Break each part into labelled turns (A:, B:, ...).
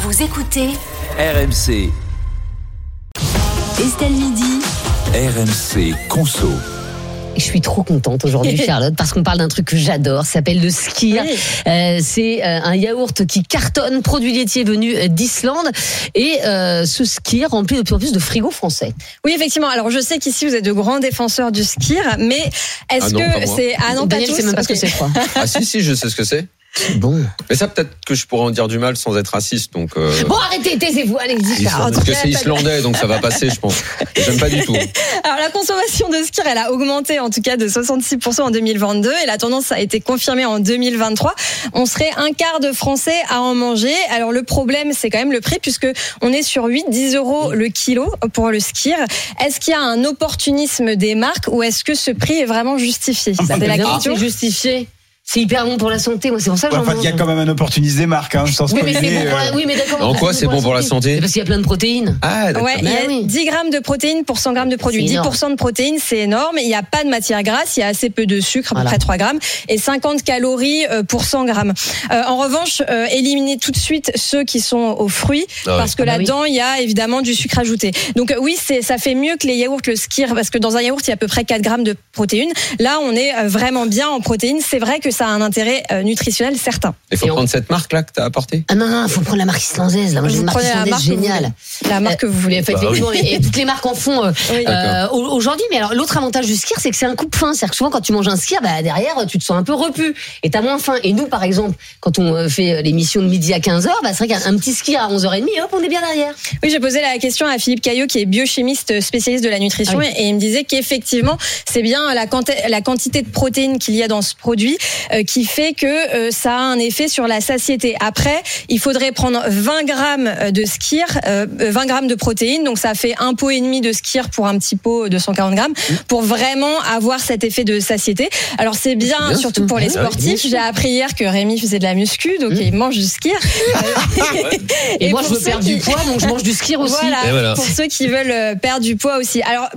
A: Vous écoutez
B: RMC,
A: Estelle Midi.
B: RMC Conso.
C: Je suis trop contente aujourd'hui, Charlotte, parce qu'on parle d'un truc que j'adore. Ça s'appelle le skir. Euh, c'est euh, un yaourt qui cartonne, produit laitier venu euh, d'Islande. Et euh, ce skir rempli de plus en plus de frigo français.
D: Oui, effectivement. Alors, je sais qu'ici, vous êtes de grands défenseurs du ski, mais est-ce
E: Ah non, pas
D: que
E: moi.
D: c'est. Ah non, pas
C: Daniel,
D: tous.
C: sait même pas ce que
D: Ok.
C: c'est, je crois.
E: Ah si, si, je sais ce que c'est.
C: Bon.
E: Mais ça, peut-être que je pourrais en dire du mal sans être raciste. Donc, euh,
C: Bon, arrêtez, taisez-vous, allez, dis
E: Islandais.
C: Charlotte.
E: parce que
D: cas,
E: c'est
D: pas de-
E: islandais, donc ça va passer, je pense. J'aime pas du tout.
D: Alors, la consommation de ski, elle a augmenté en tout cas de 66% en 2022 et la tendance a été confirmée en 2023. On serait un quart de Français à en manger. Alors, le problème, c'est quand même le prix puisque on est sur 8-10 euros le kilo pour le ski. Est-ce qu'il y a un opportunisme des marques ou est-ce que ce prix est vraiment justifié
E: Ah,
D: C'est la
C: Évidemment,
D: question.
C: Bah, C'est justifié. C'est hyper bon pour la santé. Moi, c'est pour ça que
F: Ouais,
C: j'en
F: enfin, il y a
C: mange.
F: quand même un opportunisme des marques, hein, sans
C: Oui, mais c'est bon
F: spoiler,
C: pour la-
F: euh,
C: oui, mais d'accord.
E: En
C: mais
E: quoi c'est bon pour la santé
C: C'est parce qu'il y a plein de protéines.
E: Ah, d'accord.
D: Ouais, il y a
C: Bah oui.
D: 10 grammes de protéines pour 100 grammes de produits.
C: C'est
D: 10
C: énorme.
D: de protéines, c'est énorme. Il n'y a pas de matière grasse, il y a assez peu de sucre, à
C: Voilà.
D: peu près 3 grammes, et 50 calories euh, pour 100 grammes. Euh, en revanche, euh, éliminez tout de suite ceux qui sont aux fruits,
E: Ah ouais.
D: parce que
C: Ah bah oui.
D: là-dedans, il y a évidemment du sucre ajouté. Donc euh, oui, c'est ça fait mieux que les yaourts, le skir, parce que dans un yaourt, il y a à peu près 4 grammes de protéines. Là, on est euh, vraiment bien en protéines. C'est vrai que ça a un intérêt euh, nutritionnel certain.
E: Il faut
C: Et on-
E: prendre cette marque-là que t'as apportée.
C: Ah non, non, faut prendre la marque islandaise. Là, moi, j'ai
D: Vous
C: une marque
D: prenez la
C: islandaise
D: marque que vous
C: géniale.
D: voulez. La marque que vous voulez.
C: En
E: Bah
C: fait, effectivement, et, et toutes les marques en font euh,
D: Oui.
C: euh, au- aujourd'hui. Mais alors, l'autre avantage du skir, c'est que c'est un coupe fin. C'est-à-dire que souvent, quand tu manges un skir, bah, derrière, tu te sens un peu repu et t'as moins faim. Et nous, par exemple, quand on euh, fait euh, l'émission de midi à 15h, bah, c'est vrai qu'un un petit skir à 11h30, hop, on est bien derrière.
D: Oui, j'ai posé la question à Philippe Caillot, qui est biochimiste spécialiste de la nutrition,
C: Ah oui.
D: et il me disait qu'effectivement, c'est bien la, quanti- la quantité de protéines qu'il y a dans ce produit euh, qui fait que euh, ça a un effet sur la satiété. Après, il faudrait prendre 20 grammes euh, de skir, euh, 20 grammes de protéines, donc ça fait un pot et demi de skir pour un petit pot de 140 grammes, pour vraiment avoir cet effet de satiété. Alors c'est bien,
E: bien,
D: surtout
E: ça.
D: pour les
E: Ah oui, bien
D: sportifs.
E: sûr.
D: J'ai appris hier que Rémi faisait de la muscu, donc il mange du skir.
C: Et, moi, je
D: pour
C: veux
D: ceux
C: perdre du
D: qui-
C: poids, donc je mange du skir aussi.
D: voilà,
E: Et voilà.
D: pour ceux qui veulent euh, perdre du poids aussi. Alors,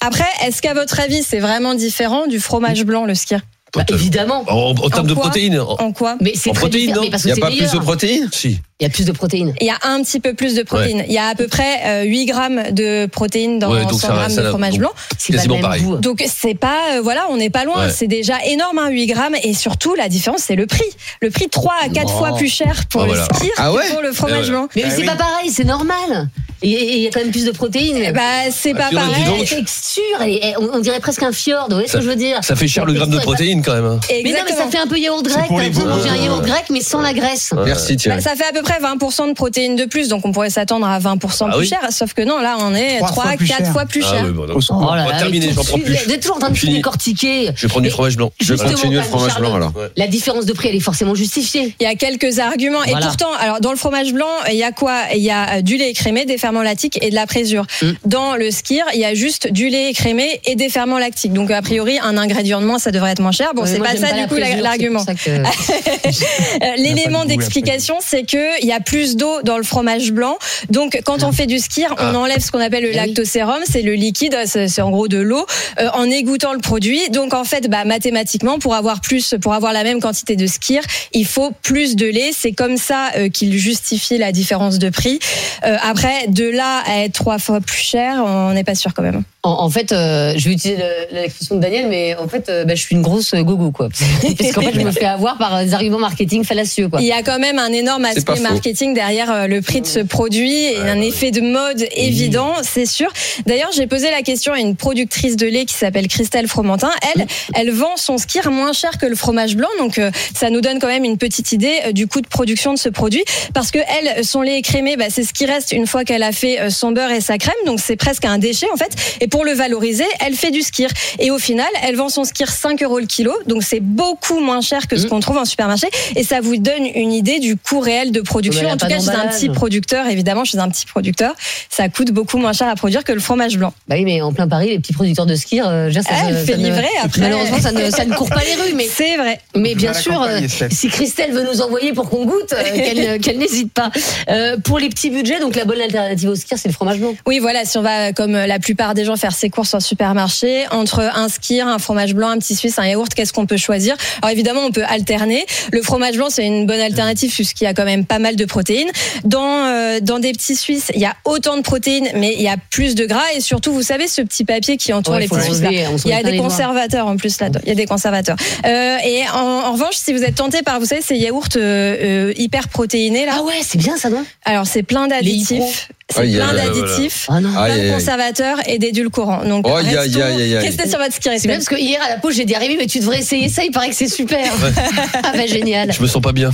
D: après, est-ce qu'à votre avis, c'est vraiment différent du fromage blanc, le ski
C: Bah, évidemment.
G: En, en termes de
D: quoi
G: protéines. En,
D: En quoi
C: Mais c'est
G: Oh, en
C: très
G: protéines,
C: différent,
G: non
C: mais
E: Il
C: parce que
E: n'y a
C: c'est
E: pas plus de
C: meilleur.
E: protéines
G: si.
C: Il y a plus de protéines.
D: Il y a un petit peu plus de protéines. Il y a à peu près euh, 8 grammes de protéines dans
G: Ouais,
D: 100
G: donc ça-
D: grammes
G: ça-
D: de fromage
G: donc-
D: blanc.
C: C'est pas le
G: Quasiment
C: même
G: pareil.
C: goût.
D: Donc c'est pas euh, voilà, on n'est pas loin,
G: Ouais.
D: c'est déjà énorme hein, 8 grammes et surtout la différence c'est le prix. Le prix 3 à 4 fois plus cher pour
G: Ah,
D: le
G: voilà.
D: ski
E: Ah ouais
D: que pour le fromage
G: Eh ouais.
D: blanc.
C: Mais
F: Bah
C: c'est
F: oui.
C: pas pareil, c'est normal. Et- Et il y a quand même plus de protéines.
D: Bah c'est
G: Ah,
D: pas
G: purée, dis
D: pareil.
G: donc.
C: la texture, elle est- on, on dirait presque un fjord, vous voyez ce
G: Ça-
C: que je veux dire
G: Ça fait cher le gramme de protéines quand même.
C: Mais non, mais ça
D: Exactement.
C: fait un peu yaourt grec.
F: C'est pour
C: T'as
F: les
C: l'impression de
F: bobos.
C: manger un yaourt grec, mais sans la graisse.
E: Merci,
D: Bah,
E: Thierry.
D: ça fait à peu près 20% de protéines de plus, donc on pourrait s'attendre à 20%
G: Ah
D: plus
G: oui.
D: cher, sauf que non, là on est
F: Trois
D: 3,
F: fois plus
D: 4
F: cher.
D: fois plus
G: Ah
D: cher.
G: oui, bon, donc,
F: au son.
G: On va
C: Oh là,
G: terminer,
C: mais
G: j'en
C: tout
G: prends
C: de suite,
G: plus.
C: Vous êtes toujours en train de tout
G: Fini.
C: décortiquer.
G: Je vais prendre du
C: Et
G: fromage blanc.
E: Je vais
C: justement,
E: continuer le
C: pardon,
E: fromage blanc
C: Charlotte.
E: alors.
C: La différence de prix, elle est forcément justifiée.
D: Il y a quelques arguments.
C: Voilà.
D: Et pourtant, alors dans le fromage blanc, il y a quoi Il y a euh, du lait écrémé, des ferments lactiques et de la présure.
C: Mm.
D: Dans le skir, il y a juste du lait écrémé et des ferments lactiques. Donc a priori, un ingrédient de moins, ça devrait être moins cher. Bon,
C: Ouais,
D: c'est
C: Euh, moi,
D: pas
C: j'aime
D: ça
C: la
D: du coup la-
C: présure,
D: l'argument.
C: c'est pour ça que-
D: Euh, L'élément
F: pas de goût,
D: d'explication, c'est que il y a plus d'eau dans le fromage blanc. Donc, quand
F: Ah.
D: on fait du skir, on enlève ce qu'on appelle le
C: Eh oui.
D: lactosérum, c'est le liquide, c'est c'est en gros de l'eau, euh, en égouttant le produit. Donc, en fait, bah, mathématiquement, pour avoir plus, pour avoir la même quantité de skir, il faut plus de lait. C'est comme ça euh, qu'il justifie la différence de prix. Euh, après, de là à être trois fois plus cher, on n'est pas sûr quand même. hein.
C: En, en fait, euh, je vais utiliser le- l'expression de Daniel, mais en fait, euh, bah, je suis une grosse euh, gogo, quoi. Parce qu'en fait, je me fais avoir par euh, des arguments marketing fallacieux, quoi.
D: Il y a quand même un énorme
E: C'est pas
D: aspect
E: faux.
D: marketing derrière euh, le prix de ce produit et un effet de mode évident, c'est sûr. D'ailleurs, j'ai posé la question à une productrice de lait qui s'appelle Christelle Fromentin. Elle, elle vend son skir moins cher que le fromage blanc, donc euh, ça nous donne quand même une petite idée euh, du coût de production de ce produit. Parce que elle, son lait écrémé, bah, c'est ce qui reste une fois qu'elle a fait euh, son beurre et sa crème, donc c'est presque un déchet en fait. Et pour pour le valoriser, elle fait du skir. Et au final, elle vend son skir 5 euros le kilo. Donc c'est beaucoup moins cher que ce
C: Mmh.
D: qu'on trouve en supermarché. Et ça vous donne une idée du coût réel de
C: Mais
D: production.
C: elle a
D: En tout
C: pas
D: cas, chez un
C: d'emballage.
D: petit producteur, évidemment, chez un petit producteur, ça coûte beaucoup moins cher à produire que le fromage blanc.
C: Bah oui, mais en plein Paris, les petits producteurs de ski, euh, je veux dire, ça,
D: Ah,
C: ça-
D: elle fait
C: ça ne-
D: livrer après.
C: malheureusement, ça ne, ça ne court pas les rues. Mais,
D: C'est vrai.
C: mais
F: Je
C: bien
F: vais à la
C: sûr,
F: campagne,
C: euh,
F: Estelle.
C: si Christelle veut nous envoyer pour qu'on goûte, euh, qu'elle qu'elle n'hésite pas. Euh, pour les petits budgets, donc la bonne alternative au ski, c'est le fromage blanc.
D: Oui, voilà, si on va, comme la plupart des gens, faire ses courses en supermarché, entre un skir, un fromage blanc, un petit suisse, un yaourt, qu'est-ce qu'on peut choisir Alors évidemment, on peut alterner. Le fromage blanc, c'est une bonne alternative puisqu'il y a quand même pas mal de protéines. Dans, euh, dans des petits suisses, il y a autant de protéines, mais il y a plus de gras. Et surtout, vous savez, ce petit papier qui entoure
C: Ouais,
D: les
C: faut
D: petits suisses. là.
C: l'enlever, on s'en
D: Il y a
C: met plein
D: des
C: les doigts.
D: conservateurs en plus là-dedans. Il y a des conservateurs. Euh, et en, en revanche, si vous êtes tenté par, vous savez, ces yaourts euh, euh, hyper protéinés là,
C: Ah ouais, c'est bien ça, non
D: alors c'est plein
C: hypros.
D: d'additifs. C'est
E: Ah, il y a-
D: plein
E: voilà.
D: d'additifs
C: Ah non.
E: Aïe,
D: plein
E: aïe,
D: de
E: aïe.
D: conservateurs et d'édulcorants. Donc,
E: Oh, aïe, aïe, aïe,
D: restons-
E: aïe, aïe.
D: restez sur votre ski
C: C'est bien parce que hier à la pause, j'ai dit Rémi, mais tu devrais essayer ça, il paraît que c'est super. ah bah génial.
G: Je me sens pas bien.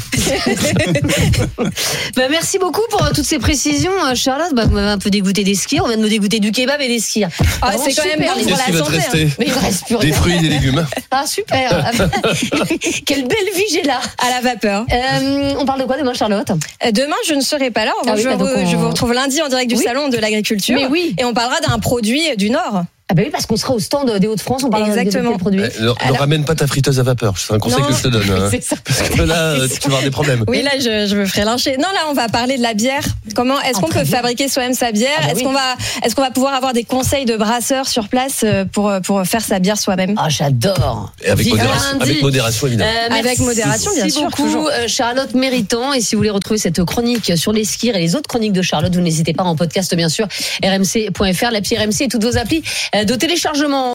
C: Bah, merci beaucoup pour euh, toutes ces précisions, euh, Charlotte. Bah, vous m'avez un peu dégoûté des skis, on vient de me dégoûter du kebab et des skis.
D: Ah,
C: Vraiment
D: c'est quand même
C: super,
D: bon
C: les
D: pour
G: Qu'est-ce
C: gars.
G: qui va
D: la
G: te
D: santé, hein.
G: rester
C: Mais il vous reste plus
G: Des
C: rien.
G: fruits et des légumes. hein.
C: Ah super. Quelle belle vie j'ai là.
D: hein. à la vapeur.
C: Euh, on parle de quoi demain, Charlotte
D: Euh, Demain, je ne serai pas là. En
C: Ah
D: revanche,
C: oui,
D: je,
C: bah,
D: vous,
C: donc on-
D: je vous retrouve lundi en direct du
C: Oui.
D: salon de l'agriculture.
C: Mais oui.
D: Et on parlera d'un produit du Nord.
C: Ah bah oui, parce qu'on sera au stand des Hauts-de-France, on parle
D: Exactement.
C: de quel produit.
G: Eh, Ne ne
D: Alors-
G: ramène pas ta friteuse à vapeur. C'est un conseil
D: Non.
G: que je te donne. hein.
C: C'est ça.
G: Parce que là, euh, tu vas avoir des problèmes.
D: Oui, là, je, je me ferai lyncher. Non, là, on va parler de la bière. Comment est-ce
C: Ah,
D: qu'on
C: très
D: peut
C: bien.
D: fabriquer soi-même sa bière
C: Ah, bah
D: Est-ce
C: oui.
D: qu'on va, est-ce qu'on va pouvoir avoir des conseils de brasseurs sur place euh, pour euh, pour faire sa bière soi-même
C: Ah j'adore.
G: Et avec,
C: Vive
G: modération,
C: lundi.
G: avec modération, évidemment.
C: Euh,
D: Avec
C: merci.
D: modération, bien
C: Merci
D: sûr,
C: beaucoup,
D: toujours.
C: euh, Charlotte Méritant. Et si vous voulez retrouver cette chronique sur les skis et les autres chroniques de Charlotte, vous n'hésitez pas en podcast, bien sûr, rmc.fr, l'appli RMC et toutes vos applis euh, de téléchargement.